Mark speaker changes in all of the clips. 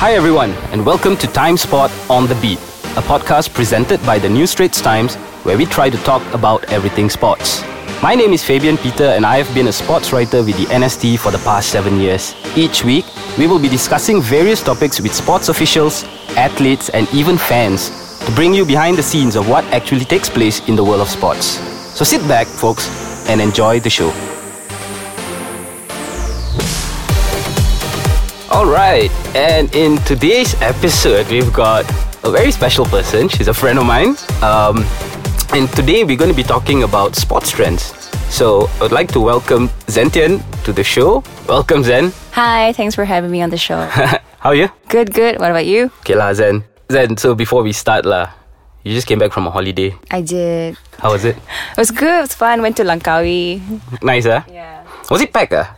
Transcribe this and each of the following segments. Speaker 1: Hi, everyone, and welcome to Time Spot on the Beat, a podcast presented by the New Straits Times where we try to talk about everything sports. My name is Fabian Peter, and I have been a sports writer with the NST for the past seven years. Each week, we will be discussing various topics with sports officials, athletes, and even fans to bring you behind the scenes of what actually takes place in the world of sports. So sit back, folks, and enjoy the show. All right, and in today's episode, we've got a very special person. She's a friend of mine. Um, and today we're going to be talking about sports trends. So I would like to welcome Zentian to the show. Welcome, Zen.
Speaker 2: Hi, thanks for having me on the show.
Speaker 1: How are you?
Speaker 2: good, good. What about you?
Speaker 1: Okay, lah, Zen. Zen, so before we start, lah, you just came back from a holiday.
Speaker 2: I did.
Speaker 1: How was it?
Speaker 2: It was good, it was fun. Went to Langkawi.
Speaker 1: Nice, ah?
Speaker 2: Yeah.
Speaker 1: Was it packed, ah?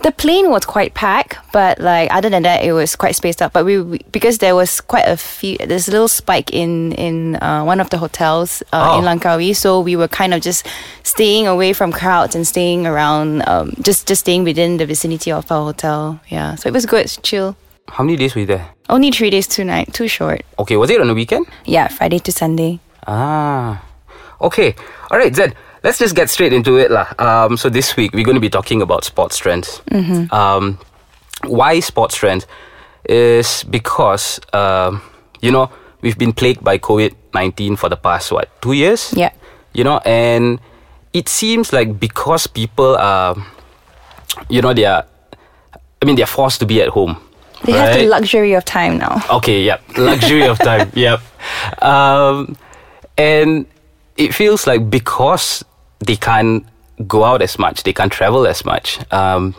Speaker 2: The plane was quite packed, but like other than that, it was quite spaced out. But we, we because there was quite a few, there's a little spike in in uh, one of the hotels uh,
Speaker 1: Oh.
Speaker 2: in Langkawi, so we were kind of just staying away from crowds and staying around, um, just just staying within the vicinity of our hotel. Yeah, so it was good, chill.
Speaker 1: How many days were you there?
Speaker 2: Only three days, two night, too short.
Speaker 1: Okay, was it on a weekend?
Speaker 2: Yeah, Friday to Sunday.
Speaker 1: Ah, okay. All right, Zed. Let's just get straight into it, lah. Um, so this week we're going to be talking about sports trends.
Speaker 2: Mm-hmm.
Speaker 1: Um, why sports trends is because um, you know we've been plagued by COVID nineteen for the past what two years?
Speaker 2: Yeah.
Speaker 1: You know, and it seems like because people are, you know, they are. I mean, they're forced to be at home.
Speaker 2: They have the
Speaker 1: right?
Speaker 2: luxury of time now.
Speaker 1: Okay, yep. Luxury of time. Yep. Um, and it feels like because they can't go out as much, they can't travel as much, um,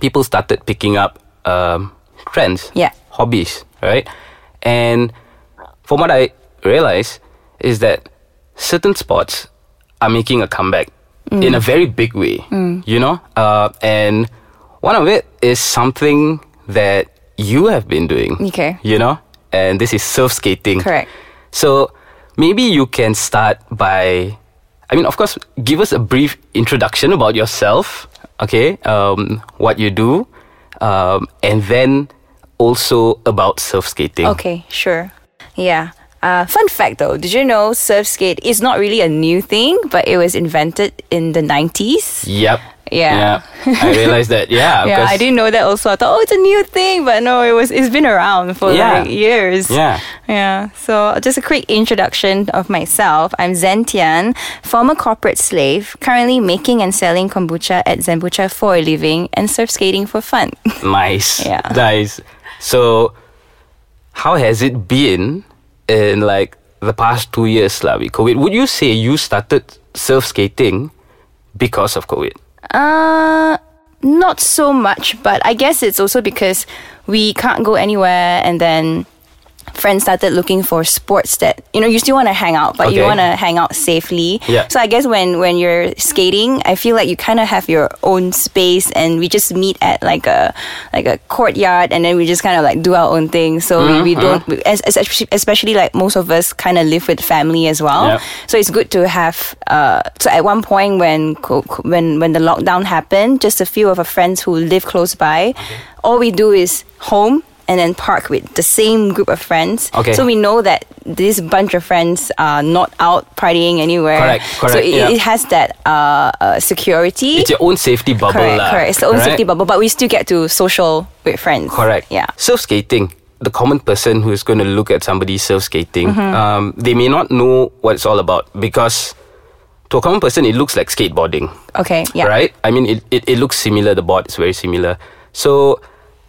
Speaker 1: people started picking up um, trends,
Speaker 2: Yeah.
Speaker 1: hobbies, right? And from what I realize is that certain sports are making a comeback
Speaker 2: Mm.
Speaker 1: in a very big way, you know? Uh, and one of it is something that you have been doing
Speaker 2: Okay.
Speaker 1: you know, and this is surf skating.
Speaker 2: Correct.
Speaker 1: So maybe you can start by, I mean, of course, give us a brief introduction about yourself, okay, um, what you do, um, and then also about surf skating.
Speaker 2: Okay, sure. Yeah. Uh, fun fact though, did you know surf skate is not really a new thing, but it was invented in the 90s?
Speaker 1: Yep. Yeah.
Speaker 2: Yeah.
Speaker 1: I realized that. Yeah.
Speaker 2: Yeah,
Speaker 1: because-
Speaker 2: I didn't know that also. I thought, oh, it's a new thing, but no, it was it's been around for
Speaker 1: Yeah.
Speaker 2: like years.
Speaker 1: Yeah.
Speaker 2: Yeah. So just a quick introduction of myself. I'm Zen Tian, former corporate slave, currently making and selling kombucha at Zenbucha for a living and surf skating for fun.
Speaker 1: Nice.
Speaker 2: Yeah.
Speaker 1: Nice. So, how has it been in like the past two years, lah, with COVID? Would you say you started surf skating because of COVID?
Speaker 2: Uh, not so much, but I guess it's also because we can't go anywhere and then friends started looking for sports that you know you still want to hang out but
Speaker 1: Okay.
Speaker 2: you want to hang out safely
Speaker 1: Yeah.
Speaker 2: so i guess when when you're skating i feel like you kind of have your own space and we just meet at like a like a courtyard and then we just kind of like do our own thing so
Speaker 1: Mm-hmm,
Speaker 2: we, we don't we, es- es- especially- especially like most of us kind of live with family as
Speaker 1: Yeah.
Speaker 2: well Oh, so it's good to have. Uh, so at one point when co- co- when when the lockdown happened, just a few of our friends who live close by, all we do is home and then park with the same group of friends.
Speaker 1: Okay.
Speaker 2: So we know that this bunch of friends are not out partying anywhere.
Speaker 1: Correct,
Speaker 2: So
Speaker 1: correct,
Speaker 2: it,
Speaker 1: yeah.
Speaker 2: it has that uh, uh, security.
Speaker 1: It's your own safety bubble,
Speaker 2: correct,
Speaker 1: lah,
Speaker 2: correct. It's the own
Speaker 1: right?
Speaker 2: safety bubble, but we still get to social with friends.
Speaker 1: Correct.
Speaker 2: Yeah.
Speaker 1: Surf skating. The common person who is going to look at somebody surf skating,
Speaker 2: Mm-hmm.
Speaker 1: um, they may not know what it's all about because to a common person, it looks like skateboarding.
Speaker 2: Okay. Yeah.
Speaker 1: right? I mean, it, it, it looks similar. The board is very similar. So,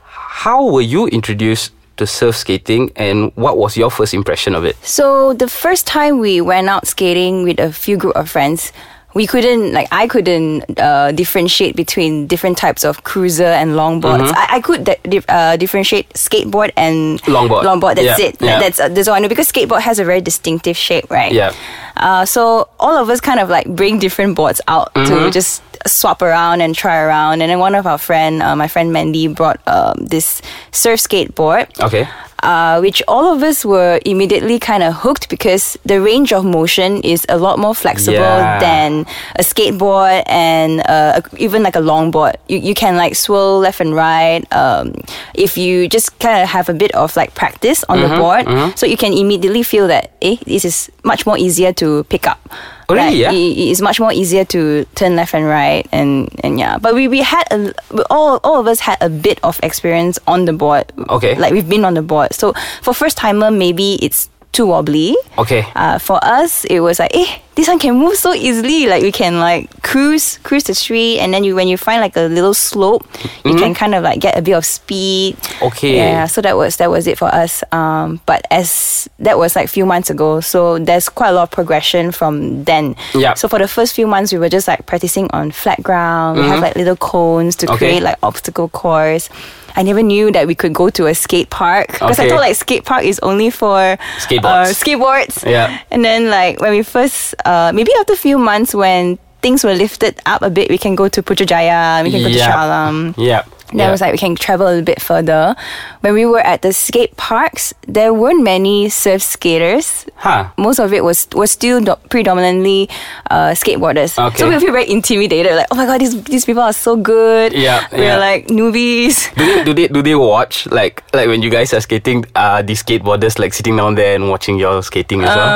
Speaker 1: how were you introduced to surf skating, and what was your first impression of it?
Speaker 2: So the first time we went out skating with a few group of friends, we couldn't like I couldn't uh, differentiate between different types of cruiser and longboards.
Speaker 1: Mm-hmm.
Speaker 2: I, I could di- di- uh, differentiate skateboard and
Speaker 1: Longboard.
Speaker 2: Longboard. That's
Speaker 1: Yeah,
Speaker 2: it. Like,
Speaker 1: yeah.
Speaker 2: That's uh, that's all I know because skateboard has a very distinctive shape, right?
Speaker 1: Yeah.
Speaker 2: Uh, so all of us kind of like bring different boards out
Speaker 1: Mm-hmm.
Speaker 2: to just swap around and try around. And then one of our friend, uh, my friend Mandy, brought um, this surf skateboard.
Speaker 1: Okay.
Speaker 2: uh, which all of us were immediately kind of hooked because the range of motion is a lot more flexible
Speaker 1: Yeah.
Speaker 2: than a skateboard and uh, a- even like a longboard. You, you can like swirl left and right um, if you just kind of have a bit of like practice on
Speaker 1: Mm-hmm,
Speaker 2: the board. So you can immediately feel that eh, this is much more easier to pick up.
Speaker 1: Oh, really?
Speaker 2: Like,
Speaker 1: Yeah.
Speaker 2: it- it's much more easier to turn left and right and, and yeah but we, we had a, we- all, all of us had a bit of experience on the board
Speaker 1: Okay.
Speaker 2: like we've been on the board so for first timer maybe it's too wobbly
Speaker 1: Okay.
Speaker 2: uh, for us it was like eh this one can move so easily like we can like cruise cruise the street and then you when you find like a little slope you can kind of like get a bit of speed
Speaker 1: Okay.
Speaker 2: yeah so that was that was it for us um but as that was like few months ago so there's quite a lot of progression from then
Speaker 1: Yup.
Speaker 2: so for the first few months we were just like practicing on flat ground we have like little cones to
Speaker 1: Mm-hmm. Okay.
Speaker 2: create like obstacle course I never knew that we could go to a skate park because I
Speaker 1: Okay.
Speaker 2: thought like skate park is only for
Speaker 1: Skateboards.
Speaker 2: uh, skateboards.
Speaker 1: Yeah.
Speaker 2: And then like when we first, uh, maybe after a few months when things were lifted up a bit, we can go to Putrajaya, we can go to
Speaker 1: Yeah.
Speaker 2: Shah Alam.
Speaker 1: Yeah.
Speaker 2: Then it was like we can travel a little bit further. When we were at the skate parks, there weren't many surf skaters.
Speaker 1: Huh.
Speaker 2: Most of it was was still do- predominantly uh, skateboarders.
Speaker 1: Okay.
Speaker 2: So we feel very intimidated. Like, oh my god, these these people are so good.
Speaker 1: Yeah, yeah.
Speaker 2: We're like newbies.
Speaker 1: Do they, do they do they watch like like when you guys are skating? Are the skateboarders like sitting down there and watching your skating as well,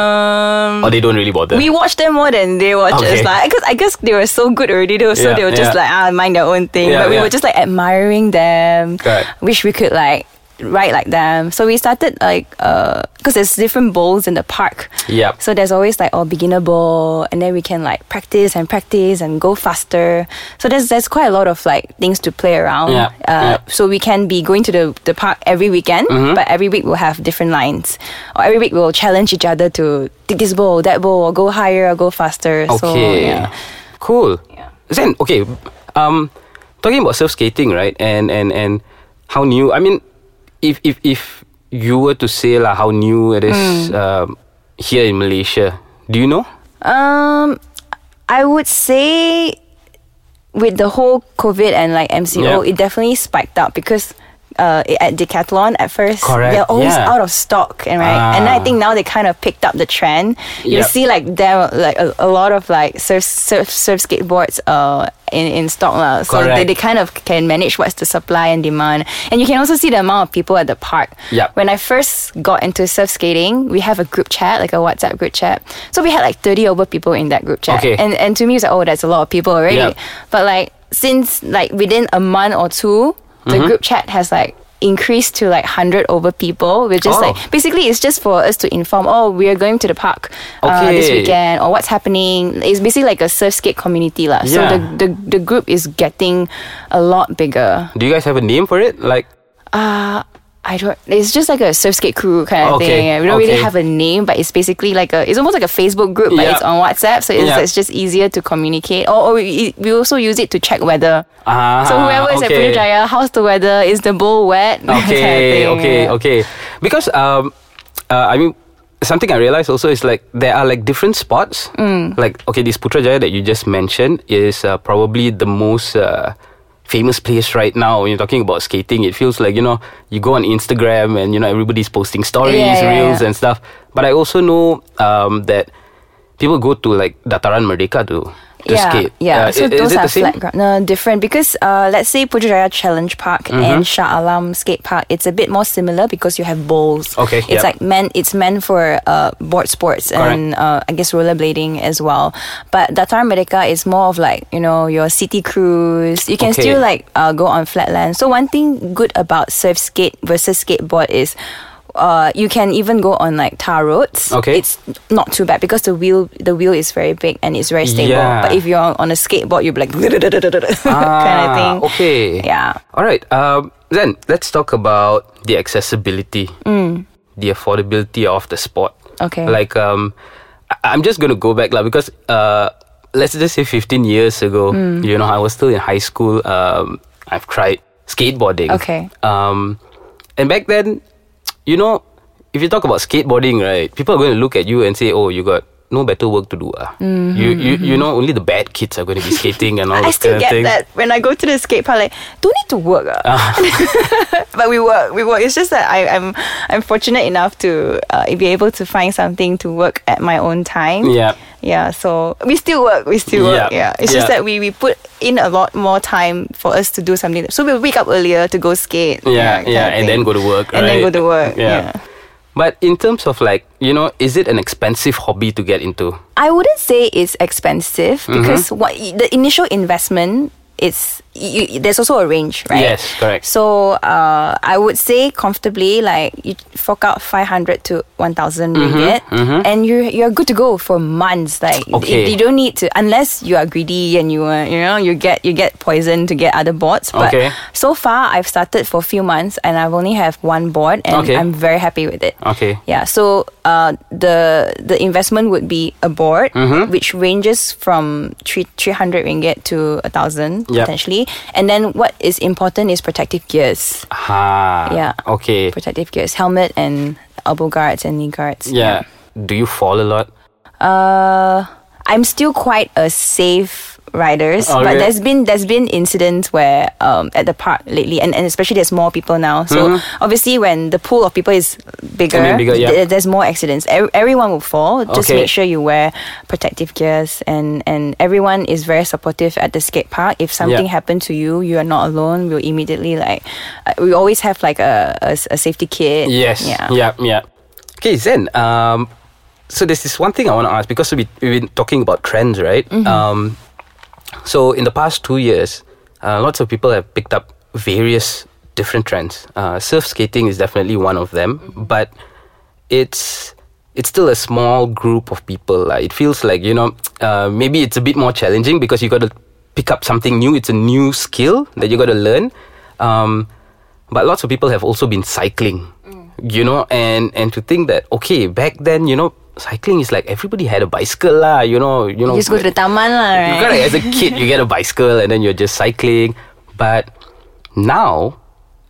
Speaker 2: Um,
Speaker 1: or they don't really bother?
Speaker 2: we watched them more than they watched
Speaker 1: Okay.
Speaker 2: us. Like, because I guess they were so good already, though, so
Speaker 1: Yeah,
Speaker 2: they were just
Speaker 1: yeah.
Speaker 2: like ah, mind their own thing.
Speaker 1: Yeah,
Speaker 2: but we
Speaker 1: yeah.
Speaker 2: were just like admiring them.
Speaker 1: Correct.
Speaker 2: Wish we could like write like them. So we started like uh, because there's different bowls in the park.
Speaker 1: Yup.
Speaker 2: So there's always like oh beginner bowl, and then we can like practice and practice and go faster. So there's there's quite a lot of like things to play around.
Speaker 1: Yeah, yeah.
Speaker 2: Uh, So we can be going to the, the park every weekend,
Speaker 1: Mm-hmm.
Speaker 2: but every week we'll have different lines. Or every week we'll challenge each other to take this ball, that ball, or go higher, or go faster. So,
Speaker 1: Okay.
Speaker 2: yeah.
Speaker 1: Cool.
Speaker 2: Yeah.
Speaker 1: Then okay, um, talking about surf skating, right? And and and how new? I mean, if if if you were to say like how new it is
Speaker 2: Hmm.
Speaker 1: um, here in Malaysia, do you know?
Speaker 2: Um, I would say with the whole COVID and like MCO,
Speaker 1: Yeah.
Speaker 2: it definitely spiked up because. Uh, it- at Decathlon at first,
Speaker 1: Correct,
Speaker 2: they're always
Speaker 1: yeah.
Speaker 2: out of stock, and right, and
Speaker 1: Ah.
Speaker 2: I think now they kind of picked up the trend. You
Speaker 1: Yep.
Speaker 2: see, like there, like a, a lot of like surf, surf, surf skateboards, uh, in in stock lah. So they,
Speaker 1: Correct.
Speaker 2: they kind of can manage what's the supply and demand, and you can also see the amount of people at the park.
Speaker 1: Yep.
Speaker 2: When I first got into surf skating, we have a group chat, like a WhatsApp group chat. So we had like 30 over people in that group chat.
Speaker 1: Okay.
Speaker 2: And and to me it's like, oh, that's a lot of people already.
Speaker 1: Yeah.
Speaker 2: But like since like within a month or two, the
Speaker 1: Mm-hmm.
Speaker 2: group chat has like increased to like 100 over people which is
Speaker 1: Oh.
Speaker 2: like basically it's just for us to inform oh we are going to the park uh, this
Speaker 1: Okay.
Speaker 2: weekend or what's happening it's basically like a surf skate community lah. so
Speaker 1: Yeah.
Speaker 2: the, the the group is getting a lot bigger
Speaker 1: Do you guys have a name for it? Like
Speaker 2: I don't. It's just like a surf skate crew kind of
Speaker 1: Okay,
Speaker 2: thing. We don't really
Speaker 1: okay.
Speaker 2: have a name, but it's basically like a. It's almost like a Facebook group, but
Speaker 1: Yeah.
Speaker 2: it's on WhatsApp, so it's,
Speaker 1: Yeah.
Speaker 2: it's just easier to communicate. Or, or we, we also use it to check weather.
Speaker 1: ah,
Speaker 2: so whoever is
Speaker 1: okay.
Speaker 2: at Putrajaya, how's the weather? Is the bowl wet? That kind of
Speaker 1: okay,
Speaker 2: thing,
Speaker 1: okay,
Speaker 2: yeah.
Speaker 1: okay. Because um, uh, I mean, something I realized also is like there are like different spots.
Speaker 2: Mm.
Speaker 1: Like okay, this Putrajaya that you just mentioned is uh, probably the most. Uh, famous place right now when you're talking about skating it feels like you know you go on instagram and you know everybody's posting stories
Speaker 2: Yeah, yeah,
Speaker 1: reels
Speaker 2: yeah.
Speaker 1: and stuff but i also know um that people go to like dataran merdeka to to
Speaker 2: yeah,
Speaker 1: skate
Speaker 2: Yeah,
Speaker 1: Uh,
Speaker 2: so
Speaker 1: i- is
Speaker 2: those
Speaker 1: it
Speaker 2: are
Speaker 1: the same
Speaker 2: flat ground. No, different because uh, let's say Putrajaya Challenge Park
Speaker 1: Mm-hmm.
Speaker 2: and Shah Alam Skate Park, it's a bit more similar because you have bowls.
Speaker 1: Okay,
Speaker 2: it's
Speaker 1: yep.
Speaker 2: like meant it's meant for uh, board sports and uh, I guess rollerblading as well. But Datar Merdeka is more of like you know your city cruise. You can
Speaker 1: Okay.
Speaker 2: still like uh, go on flatland. So one thing good about surf skate versus skateboard is. Uh, you can even go on like tar roads.
Speaker 1: Okay.
Speaker 2: it's not too bad because the wheel the wheel is very big and it's very stable.
Speaker 1: Yeah.
Speaker 2: But if if you're on a skateboard, you'd be like kind of thing.
Speaker 1: Ah, Okay.
Speaker 2: Yeah.
Speaker 1: All right. Um, then let's talk about the accessibility, the affordability of the sport.
Speaker 2: Mm. Okay.
Speaker 1: Like um, I- I'm just gonna go back like because uh, let's just say 15 years ago,
Speaker 2: Mm.
Speaker 1: you know, I was still in high school. Um, I've tried skateboarding.
Speaker 2: Okay.
Speaker 1: Um, and back then, you know, if you talk about skateboarding, right, people are going to look at you and say, "Oh, you got." no better work to do. ah. You, you you know only the bad kids are going to be skating and all
Speaker 2: Mm-hmm, I
Speaker 1: those
Speaker 2: still
Speaker 1: kind of
Speaker 2: get
Speaker 1: things.
Speaker 2: that when I go to the skate park. Like, don't need to work, ah. but we work, we work. It's just that I, I'm, I'm fortunate enough to uh, be able to find something to work at my own time.
Speaker 1: Yeah.
Speaker 2: Yeah, so we still work. We still work.
Speaker 1: Yeah,
Speaker 2: Yeah, it's just
Speaker 1: yeah.
Speaker 2: that we, we put in a lot more time for us to do something. So we'll wake up earlier to go skate.
Speaker 1: yeah,
Speaker 2: kind
Speaker 1: yeah,
Speaker 2: of
Speaker 1: and
Speaker 2: thing.
Speaker 1: then go to work.
Speaker 2: And then
Speaker 1: right?
Speaker 2: go to work, yeah.
Speaker 1: But in terms of like, you know, is it an expensive hobby to get into?
Speaker 2: I wouldn't say it's expensive
Speaker 1: Mm-hmm.
Speaker 2: because what the initial investment is you, you- there's also a range, right?
Speaker 1: Yes, correct.
Speaker 2: So uh, I would say comfortably like you fork out five hundred to one
Speaker 1: Mm-hmm,
Speaker 2: ringgit, and you you're good to go for months. Like you-
Speaker 1: Okay.
Speaker 2: you don't need to unless you are greedy and you uh, you know you get you get poisoned to get other boards. But
Speaker 1: Okay.
Speaker 2: so far I've started for a few months and I've only have one board and
Speaker 1: Okay.
Speaker 2: I'm very happy with it.
Speaker 1: Okay.
Speaker 2: Yeah, so uh, the the investment would be a board,
Speaker 1: Mm-hmm.
Speaker 2: which ranges from three three hundred ringgit to a thousand
Speaker 1: Yep.
Speaker 2: potentially, and then what is important is protective gears,
Speaker 1: Ha.
Speaker 2: Yeah.
Speaker 1: Okay.
Speaker 2: protective gears, helmet and elbow guards and knee guards.
Speaker 1: Yeah. Do you fall a lot?
Speaker 2: Uh, I'm still quite a safe riders,
Speaker 1: Oh,
Speaker 2: but
Speaker 1: really?
Speaker 2: there's been there's been incidents where um at the park lately, and, and especially there's more people now. So obviously, when the pool of people is bigger,
Speaker 1: Mm-hmm. I mean, bigger, yeah.
Speaker 2: there- there's more accidents. Ev- everyone will fall. Just
Speaker 1: Okay.
Speaker 2: make sure you wear protective gears, and and everyone is very supportive at the skate park. If something
Speaker 1: Yeah.
Speaker 2: happened to you, you are not alone. We'll immediately like uh, we always have like a, a, a safety kit.
Speaker 1: Yes.
Speaker 2: Yeah.
Speaker 1: Yeah. Yeah. Okay, Zen. Um, so there's this one thing I want to ask because we we've been talking about trends, right?
Speaker 2: Mm-hmm.
Speaker 1: Um, so in the past two years, uh, lots of people have picked up various different trends. Uh, surf skating is definitely one of them, but it's it's still a small group of people. lah. It feels like you know uh, maybe it's a bit more challenging because you got to pick up something new. It's a new skill that you got to learn. Um, but lots of people have also been cycling,
Speaker 2: Mm.
Speaker 1: you know, and and to think that okay back then you know cycling is like everybody had a bicycle lah, you know, you know.
Speaker 2: You just go to the taman lah, right?
Speaker 1: You gotta, as a kid, you get a bicycle and then you're just cycling. But now,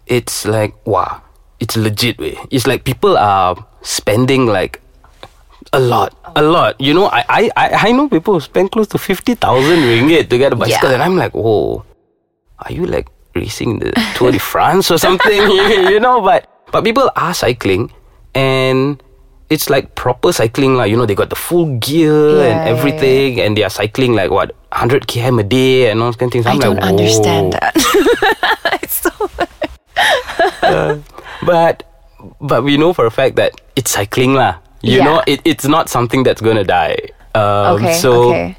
Speaker 1: it's like, wow, it's legit. Way. It's like people are spending like a lot, a lot. You know, I, I, I I know people who spend close to 50,000 ringgit to get a bicycle.
Speaker 2: Yeah.
Speaker 1: And I'm like, whoa, are you like racing the Tour de France or something? you, you know, but but people are cycling and it's like proper cycling, like you know, they got the full gear
Speaker 2: Yeah,
Speaker 1: and
Speaker 2: yeah,
Speaker 1: everything, and they are cycling like what 100 km a day and all those kind of things.
Speaker 2: I
Speaker 1: I'm
Speaker 2: don't
Speaker 1: like,
Speaker 2: understand
Speaker 1: "Whoa."
Speaker 2: that. it's so
Speaker 1: But but we know for a fact that it's cycling, lah. You
Speaker 2: Yeah.
Speaker 1: know, it, it's not something that's gonna die. Um,
Speaker 2: okay.
Speaker 1: So
Speaker 2: okay.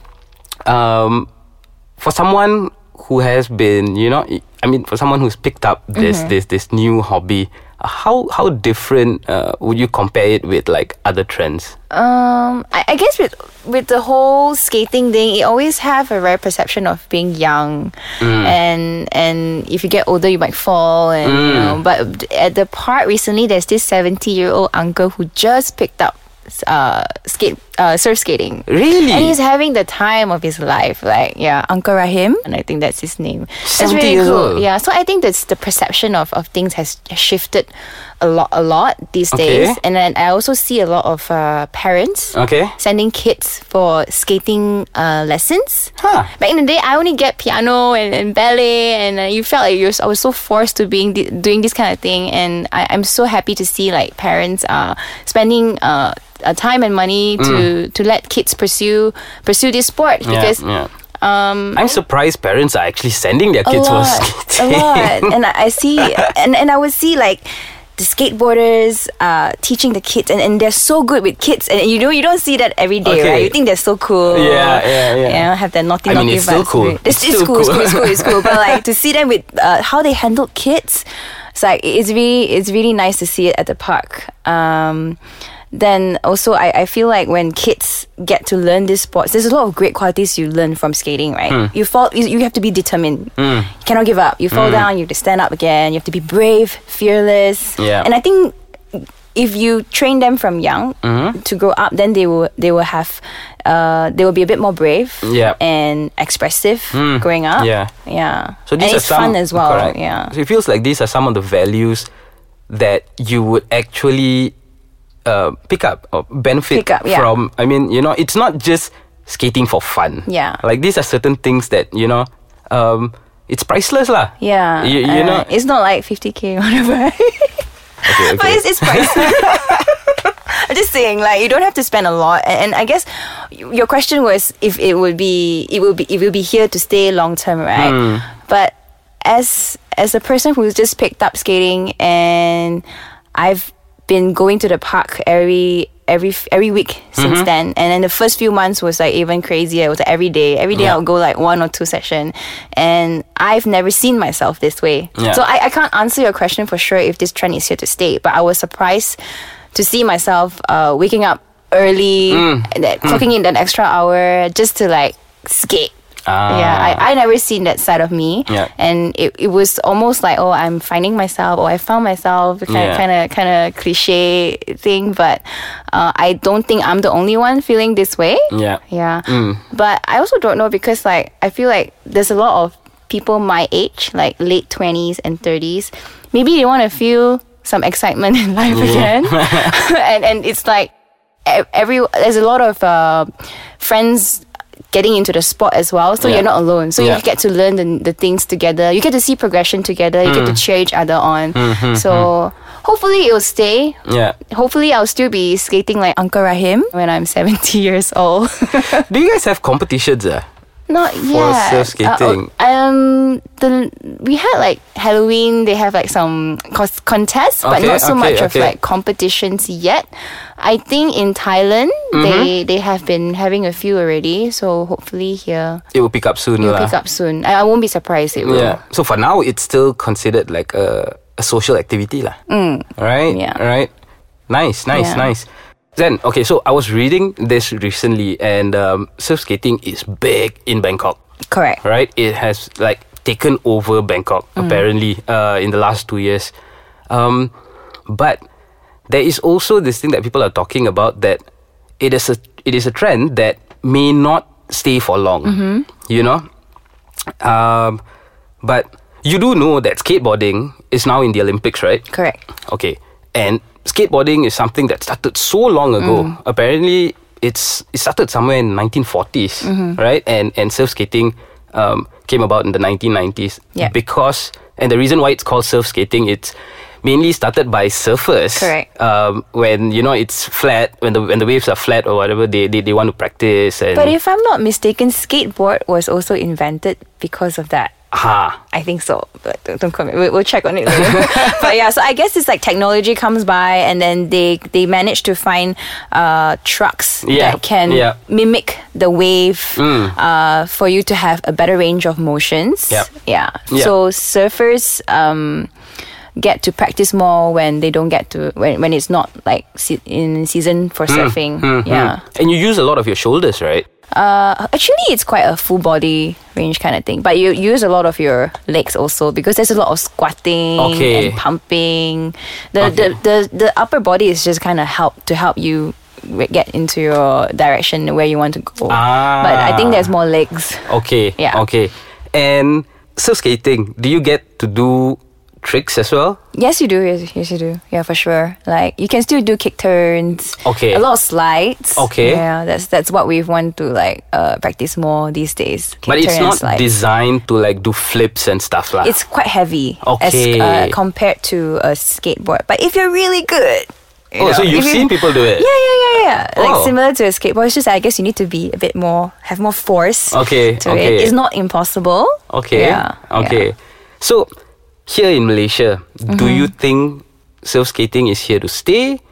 Speaker 1: um, for someone who has been, you know, i- I mean, for someone who's picked up this
Speaker 2: Mm-hmm.
Speaker 1: this this new hobby, how how different uh, would you compare it with like other trends?
Speaker 2: Um, I, I guess with with the whole skating thing, it always have a right perception of being young,
Speaker 1: Mm.
Speaker 2: and and if you get older, you might fall, and
Speaker 1: Mm.
Speaker 2: you know. But at the park recently, there's this seventy year old uncle who just picked up uh skate uh surf skating.
Speaker 1: Really?
Speaker 2: And he's having the time of his life. Like, yeah, Uncle Rahim, and I think that's his name. That's
Speaker 1: 70
Speaker 2: really
Speaker 1: years
Speaker 2: cool.
Speaker 1: old.
Speaker 2: Yeah, so I think that's the perception of, of things has shifted a lot, a lot these
Speaker 1: Okay.
Speaker 2: days. And then I also see a lot of uh, parents
Speaker 1: Okay.
Speaker 2: sending kids for skating uh, lessons.
Speaker 1: Huh.
Speaker 2: Back in the day, I only get piano and, and ballet, and uh, you felt like you was, I was so forced to being thi- doing this kind of thing. And I, I'm so happy to see like parents are spending uh, uh, time and money to to let kids pursue pursue this sport because.
Speaker 1: Mm. yeah, Mm. yeah.
Speaker 2: Um,
Speaker 1: I'm surprised parents are actually sending their kids
Speaker 2: a
Speaker 1: for
Speaker 2: lot,
Speaker 1: skating.
Speaker 2: A lot. And I, I see, and, and I would see like the skateboarders uh, teaching the kids, and, and they're so good with kids. And you know, you don't see that every day,
Speaker 1: Okay.
Speaker 2: right? You think they're so cool.
Speaker 1: Yeah, yeah, yeah.
Speaker 2: You know, have that naughty,
Speaker 1: I mean,
Speaker 2: naughty
Speaker 1: it's still
Speaker 2: vibes.
Speaker 1: cool.
Speaker 2: It's, it's, cool, it's cool, it's cool, it's cool. But like to see them with uh, how they handle kids, it's like it's really, it's really nice to see it at the park. Um, then also, I, I feel like when kids get to learn these sports, there's a lot of great qualities you learn from skating, right?
Speaker 1: Hmm.
Speaker 2: You fall, you, you have to be determined. You cannot give up. You fall down, you have to stand up again. You have to be brave, fearless.
Speaker 1: Yeah.
Speaker 2: And I think if you train them from young
Speaker 1: Mm-hmm.
Speaker 2: to grow up, then they will they will have uh, they will be a bit more brave
Speaker 1: Yeah. Hmm.
Speaker 2: and expressive growing up.
Speaker 1: Yeah.
Speaker 2: Yeah.
Speaker 1: So these
Speaker 2: and
Speaker 1: are
Speaker 2: it's
Speaker 1: some,
Speaker 2: fun as well.
Speaker 1: correct.
Speaker 2: Yeah.
Speaker 1: So it feels like these are some of the values that you would actually uh, pick up or benefit
Speaker 2: Pick up, yeah.
Speaker 1: from. I mean, you know, it's not just skating for fun.
Speaker 2: Yeah.
Speaker 1: Like these are certain things that you know, um, it's priceless lah.
Speaker 2: Yeah.
Speaker 1: You, you
Speaker 2: uh,
Speaker 1: know.
Speaker 2: it's not like 50k or whatever.
Speaker 1: okay,
Speaker 2: but
Speaker 1: okay.
Speaker 2: it's, it's pricey. I'm just saying, like you don't have to spend a lot, A- and I guess y- your question was if it would be, it will be, it will be here to stay long term, right?
Speaker 1: Hmm.
Speaker 2: But as as a person who's just picked up skating, and I've been going to the park every every f- every week
Speaker 1: Mm-hmm.
Speaker 2: since then, and then the first few months was like even crazier. It was like every day, every day
Speaker 1: Yeah.
Speaker 2: I'll go like one or two session, and I've never seen myself this way.
Speaker 1: Yeah.
Speaker 2: So I, I can't answer your question for sure if this trend is here to stay, but I was surprised to see myself uh, waking up early,
Speaker 1: Mm.
Speaker 2: and then clocking in that extra hour just to like skate.
Speaker 1: Ah.
Speaker 2: Yeah, I, I never seen that side of me.
Speaker 1: Yeah.
Speaker 2: And it, it was almost like, oh, I'm finding myself or I found myself, kind
Speaker 1: Yeah.
Speaker 2: of kind of kind of cliche thing, but uh, I don't think I'm the only one feeling this way.
Speaker 1: yeah.
Speaker 2: Yeah.
Speaker 1: Mm.
Speaker 2: But I also don't know because like I feel like there's a lot of people my age, like late twenties and thirties, maybe they want to feel some excitement in life again, and and it's like e- every there's a lot of uh, friends getting into the sport as well so
Speaker 1: Yeah.
Speaker 2: you're not alone so
Speaker 1: Yeah.
Speaker 2: you get to learn the, the things together you get to see progression together you
Speaker 1: Mm.
Speaker 2: get to cheer each other on
Speaker 1: Mm-hmm,
Speaker 2: so hopefully it'll stay
Speaker 1: Yeah.
Speaker 2: hopefully I'll still be skating like Uncle Rahim when I'm 70 years old.
Speaker 1: Do you guys have competitions? Uh?
Speaker 2: Not yet.
Speaker 1: surf skating.
Speaker 2: Uh, um, the we had like Halloween. They have like some cos- contests, but
Speaker 1: Okay,
Speaker 2: not
Speaker 1: okay,
Speaker 2: so much of
Speaker 1: okay.
Speaker 2: like competitions yet. I think in Thailand
Speaker 1: Mm-hmm.
Speaker 2: they they have been having a few already. So hopefully here
Speaker 1: It will pick up soon.
Speaker 2: it'll
Speaker 1: lah.
Speaker 2: pick up soon. I, I won't be surprised. It will.
Speaker 1: Yeah. So for now, it's still considered like a, a social activity, lah. Right.
Speaker 2: Mm. Yeah.
Speaker 1: Right. Nice. Nice.
Speaker 2: Yeah.
Speaker 1: Nice. Then okay, so I was reading this recently, and um, surf skating is big in Bangkok.
Speaker 2: Correct.
Speaker 1: Right. It has like taken over Bangkok apparently uh, in the last two years, um, but there is also this thing that people are talking about that it is a it is a trend that may not stay for long. You know, um, but you do know that skateboarding is now in the Olympics, right?
Speaker 2: Correct.
Speaker 1: Okay, and skateboarding is something that started so long ago.
Speaker 2: Mm.
Speaker 1: Apparently, it's it started somewhere in 1940s,
Speaker 2: Mm-hmm.
Speaker 1: right? And and surf skating um, came about in the 1990s
Speaker 2: Yeah.
Speaker 1: because and the reason why it's called surf skating it's mainly started by surfers
Speaker 2: Correct.
Speaker 1: um, when you know it's flat when the when the waves are flat or whatever they they, they want to practice and
Speaker 2: But if I'm not mistaken, skateboard was also invented because of that.
Speaker 1: ha
Speaker 2: I think so, but don't, don't comment. We'll, we'll check on it later. but yeah, so I guess it's like technology comes by, and then they they manage to find uh, trucks
Speaker 1: Yeah,
Speaker 2: that can
Speaker 1: yeah.
Speaker 2: mimic the wave uh, for you to have a better range of motions.
Speaker 1: Yep.
Speaker 2: Yeah.
Speaker 1: Yeah.
Speaker 2: So surfers um, get to practice more when they don't get to when, when it's not like se- in season for
Speaker 1: Mm.
Speaker 2: surfing.
Speaker 1: Mm-hmm.
Speaker 2: Yeah.
Speaker 1: and you use a lot of your shoulders, right?
Speaker 2: Uh, actually, it's quite a full body range kind of thing, but you use a lot of your legs also because there's a lot of squatting
Speaker 1: Okay.
Speaker 2: and pumping. The,
Speaker 1: Okay.
Speaker 2: the the the upper body is just kind of help to help you re- get into your direction where you want to go. But I think
Speaker 1: Ah.
Speaker 2: there's more legs.
Speaker 1: Okay.
Speaker 2: Yeah.
Speaker 1: Okay. And surf skating, do you get to do tricks as well?
Speaker 2: Yes, you do. Yes, yes, you do. Yeah, for sure. Like you can still do kick turns.
Speaker 1: Okay.
Speaker 2: A lot of slides.
Speaker 1: Okay.
Speaker 2: Yeah, that's that's what we want to like uh, practice more these days. Kick
Speaker 1: but it's
Speaker 2: turn and
Speaker 1: not
Speaker 2: slide.
Speaker 1: designed to like do flips and stuff like
Speaker 2: it's quite heavy
Speaker 1: Ah. Okay.
Speaker 2: as uh, compared to a skateboard. But if you're really good, you
Speaker 1: Oh,
Speaker 2: know,
Speaker 1: so
Speaker 2: if
Speaker 1: you've
Speaker 2: you-
Speaker 1: seen people do it?
Speaker 2: Yeah, yeah, yeah, yeah.
Speaker 1: Oh.
Speaker 2: Like similar to a skateboard, it's just I guess you need to be a bit more, have more force.
Speaker 1: Okay,
Speaker 2: to
Speaker 1: okay.
Speaker 2: it. It's not impossible.
Speaker 1: Okay.
Speaker 2: Yeah.
Speaker 1: Okay. So here in Malaysia,
Speaker 2: Mm-hmm.
Speaker 1: do you think surf skating is here to stay?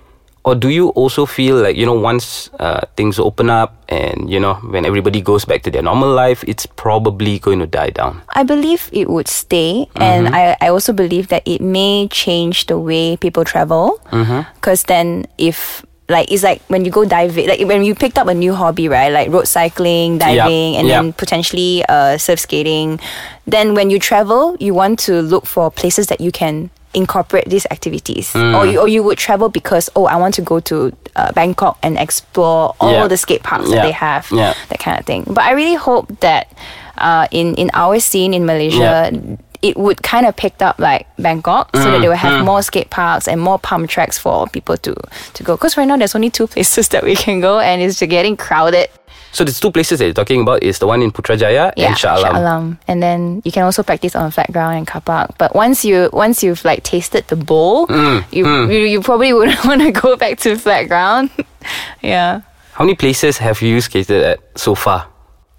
Speaker 1: Or do you also feel like, you know, once uh, things open up and, you know, when everybody goes back to their normal life, it's probably going to die down?
Speaker 2: I believe it would stay, and
Speaker 1: Mm-hmm.
Speaker 2: I, I also believe that it may change the way people travel.
Speaker 1: Mm-hmm.
Speaker 2: Because then, if like it's like when you go diving, like when you picked up a new hobby, right? Like road cycling, diving, and
Speaker 1: yeah.
Speaker 2: then potentially uh, surf skating. Then when you travel, you want to look for places that you can incorporate these activities,
Speaker 1: Mm.
Speaker 2: or you, or you would travel because oh, I want to go to uh, Bangkok and explore all
Speaker 1: Yeah.
Speaker 2: the skate parks that
Speaker 1: Yeah.
Speaker 2: they have
Speaker 1: Yeah.
Speaker 2: that kind of thing. But I really hope that uh, in in our scene in Malaysia, it would kind of picked up like Bangkok, so that they will have more skate parks and more pump tracks for people to to go. Because right now there's only two places that we can go, and it's getting crowded.
Speaker 1: So these two places that you're talking about is the one in Putrajaya and Shah Alam.
Speaker 2: Shah Alam. And then you can also practice on flat ground and car park. But once you once you've like tasted the bowl, you, you you probably wouldn't want to go back to flat ground. yeah.
Speaker 1: How many places have you skated at so far?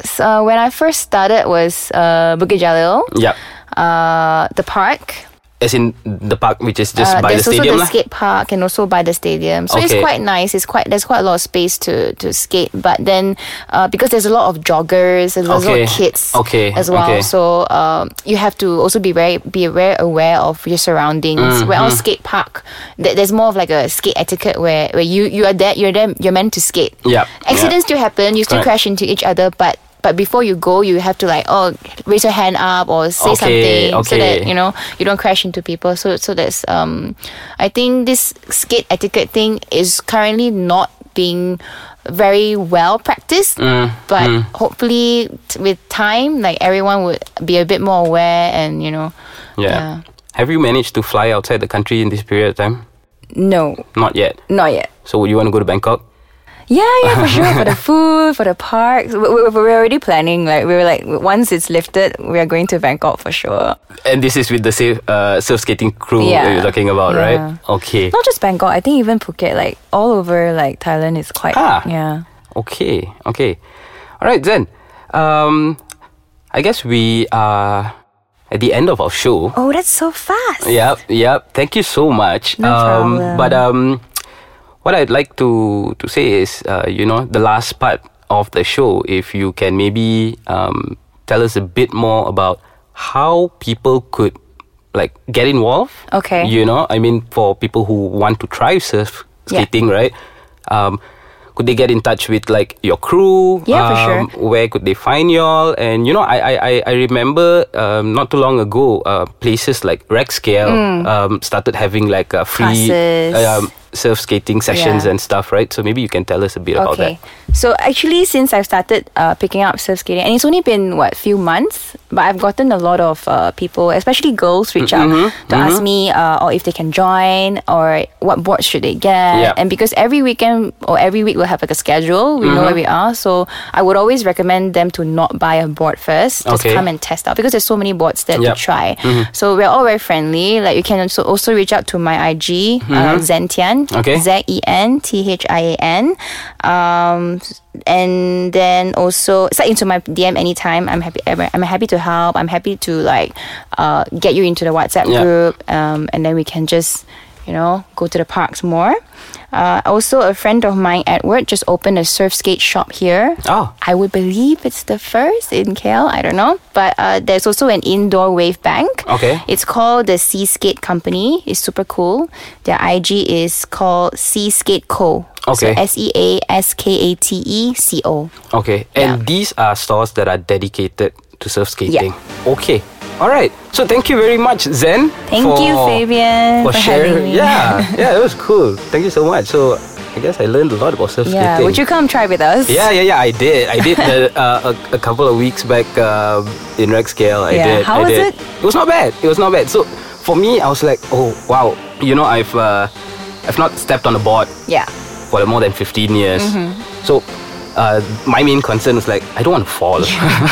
Speaker 2: So when I first started was uh, Bukit Jalil,
Speaker 1: Yeah.
Speaker 2: uh, the park.
Speaker 1: As in the park which is just
Speaker 2: Uh,
Speaker 1: by the
Speaker 2: there's also
Speaker 1: stadium.
Speaker 2: the
Speaker 1: lah.
Speaker 2: skate park and also by the stadium, so it's
Speaker 1: Okay.
Speaker 2: quite nice. It's quite there's quite a lot of space to to skate, but then uh, because there's a lot of joggers, there's a lot
Speaker 1: Okay.
Speaker 2: of kids
Speaker 1: Okay.
Speaker 2: as well.
Speaker 1: Okay.
Speaker 2: So um, you have to also be very be very aware of your surroundings.
Speaker 1: Mm-hmm.
Speaker 2: Where our skate park, th- there's more of like a skate etiquette where where you you are there you're there you're meant to skate.
Speaker 1: Yeah,
Speaker 2: accidents do happen. You still
Speaker 1: Correct.
Speaker 2: crash into each other, but. But before you go, you have to like oh raise your hand up or say
Speaker 1: Okay,
Speaker 2: something so
Speaker 1: okay.
Speaker 2: that you know you don't crash into people. So so that's um, I think this skate etiquette thing is currently not being very well practiced.
Speaker 1: Mm,
Speaker 2: but hopefully t- with time, like everyone would be a bit more aware and you know.
Speaker 1: Yeah. Have you managed to fly outside the country in this period of time?
Speaker 2: No,
Speaker 1: Not yet.
Speaker 2: not yet.
Speaker 1: So would you want to go to Bangkok?
Speaker 2: Yeah, yeah, for sure. for the food, for the parks, we, we, we're already planning. Like we were like, once it's lifted, we are going to Bangkok for sure.
Speaker 1: And this is with the safe, uh, surf skating crew that
Speaker 2: Yeah.
Speaker 1: you're talking about, right?
Speaker 2: Yeah.
Speaker 1: Okay.
Speaker 2: Not just Bangkok. I think even Phuket, like all over, like Thailand is quite.
Speaker 1: Ah.
Speaker 2: Yeah.
Speaker 1: Okay, okay. All right, then. Um, I guess we are at the end of our show.
Speaker 2: Oh, that's so fast.
Speaker 1: Yep, yep. Thank you so much.
Speaker 2: No
Speaker 1: um,
Speaker 2: problem.
Speaker 1: But um, what I'd like to to say is, uh, you know, the last part of the show, if you can maybe um, tell us a bit more about how people could like get involved.
Speaker 2: Okay.
Speaker 1: You know, I mean, for people who want to try surf
Speaker 2: Yeah.
Speaker 1: skating, right? Um, could they get in touch with like your crew?
Speaker 2: Yeah, for sure.
Speaker 1: Um, Where could they find y'all? And you know, I I, I- I remember um, not too long ago, uh, places like Rex Scale um, started having like a free
Speaker 2: Mm. Classes.
Speaker 1: um, surf skating sessions
Speaker 2: Yeah.
Speaker 1: and stuff, right? So maybe you can tell us a bit about that.
Speaker 2: Okay. So actually, since I've started uh, picking up surf skating, and it's only been what few months, but I've gotten a lot of uh, people, especially girls,
Speaker 1: Mm-hmm,
Speaker 2: reach out to ask me, uh, or if they can join, or what board should they get.
Speaker 1: Yeah.
Speaker 2: And because every weekend or every week we'll have like a schedule, we know where
Speaker 1: Mm-hmm.
Speaker 2: we are. So I would always recommend them to not buy a board first, just
Speaker 1: Okay.
Speaker 2: come and test out because there's so many boards there
Speaker 1: Yep. Mm-hmm.
Speaker 2: to try. So we're all very friendly. Like you can also also reach out to my IG, uh, Zentian,
Speaker 1: Mm-hmm. Okay.
Speaker 2: Z E N T H I A N. Um, and then also slide into my DM anytime. I'm happy. I'm I'm happy to help. I'm happy to like uh, get you into the WhatsApp
Speaker 1: Yeah.
Speaker 2: group. Um, and then we can just you know go to the parks more. Uh, also, a friend of mine, Edward, just opened a surf skate shop here.
Speaker 1: Oh.
Speaker 2: I would believe it's the first in KL. I don't know, but uh, there's also an indoor wave bank.
Speaker 1: Okay.
Speaker 2: It's called the Seaskate Company. It's super cool. Their IG is called Seaskate Co.
Speaker 1: Okay.
Speaker 2: So S E A S K A T E C O.
Speaker 1: Okay, and these are stores that are dedicated to surf skating. Okay, all right. So thank you very much, Zen.
Speaker 2: Thank
Speaker 1: for-
Speaker 2: you, Fabian,
Speaker 1: for,
Speaker 2: for
Speaker 1: sharing.
Speaker 2: having me.
Speaker 1: Yeah, yeah, it was cool. Thank you so much. So I guess I learned a lot about surf
Speaker 2: Yeah.
Speaker 1: skating.
Speaker 2: Would you come try with us?
Speaker 1: Yeah, yeah, yeah. I did. I did the, uh, a, a couple of weeks back um, in Rex Scale. I
Speaker 2: Yeah,
Speaker 1: did.
Speaker 2: how
Speaker 1: I
Speaker 2: was
Speaker 1: did.
Speaker 2: it?
Speaker 1: It was not bad. It was not bad. So for me, I was like, oh wow, you know, I've uh, I've not stepped on a board
Speaker 2: Yeah.
Speaker 1: for more than 15 years.
Speaker 2: Mm-hmm.
Speaker 1: So uh, my main concern was like, I don't want to fall.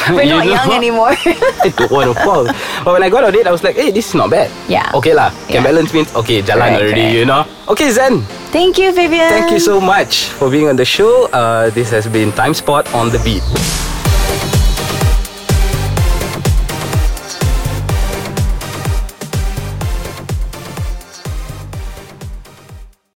Speaker 2: We're
Speaker 1: You
Speaker 2: not
Speaker 1: know?
Speaker 2: young anymore.
Speaker 1: I don't want to fall. But when I got on it, I was like, hey, this is not bad.
Speaker 2: Yeah.
Speaker 1: Okay lah. Can
Speaker 2: Yeah.
Speaker 1: balance means okay, jalan
Speaker 2: Correct,
Speaker 1: already,
Speaker 2: correct.
Speaker 1: you know. Okay, Zen.
Speaker 2: Thank you, Fabian.
Speaker 1: Thank you so much for being on the show. Uh, this has been Time Spot on the Beat.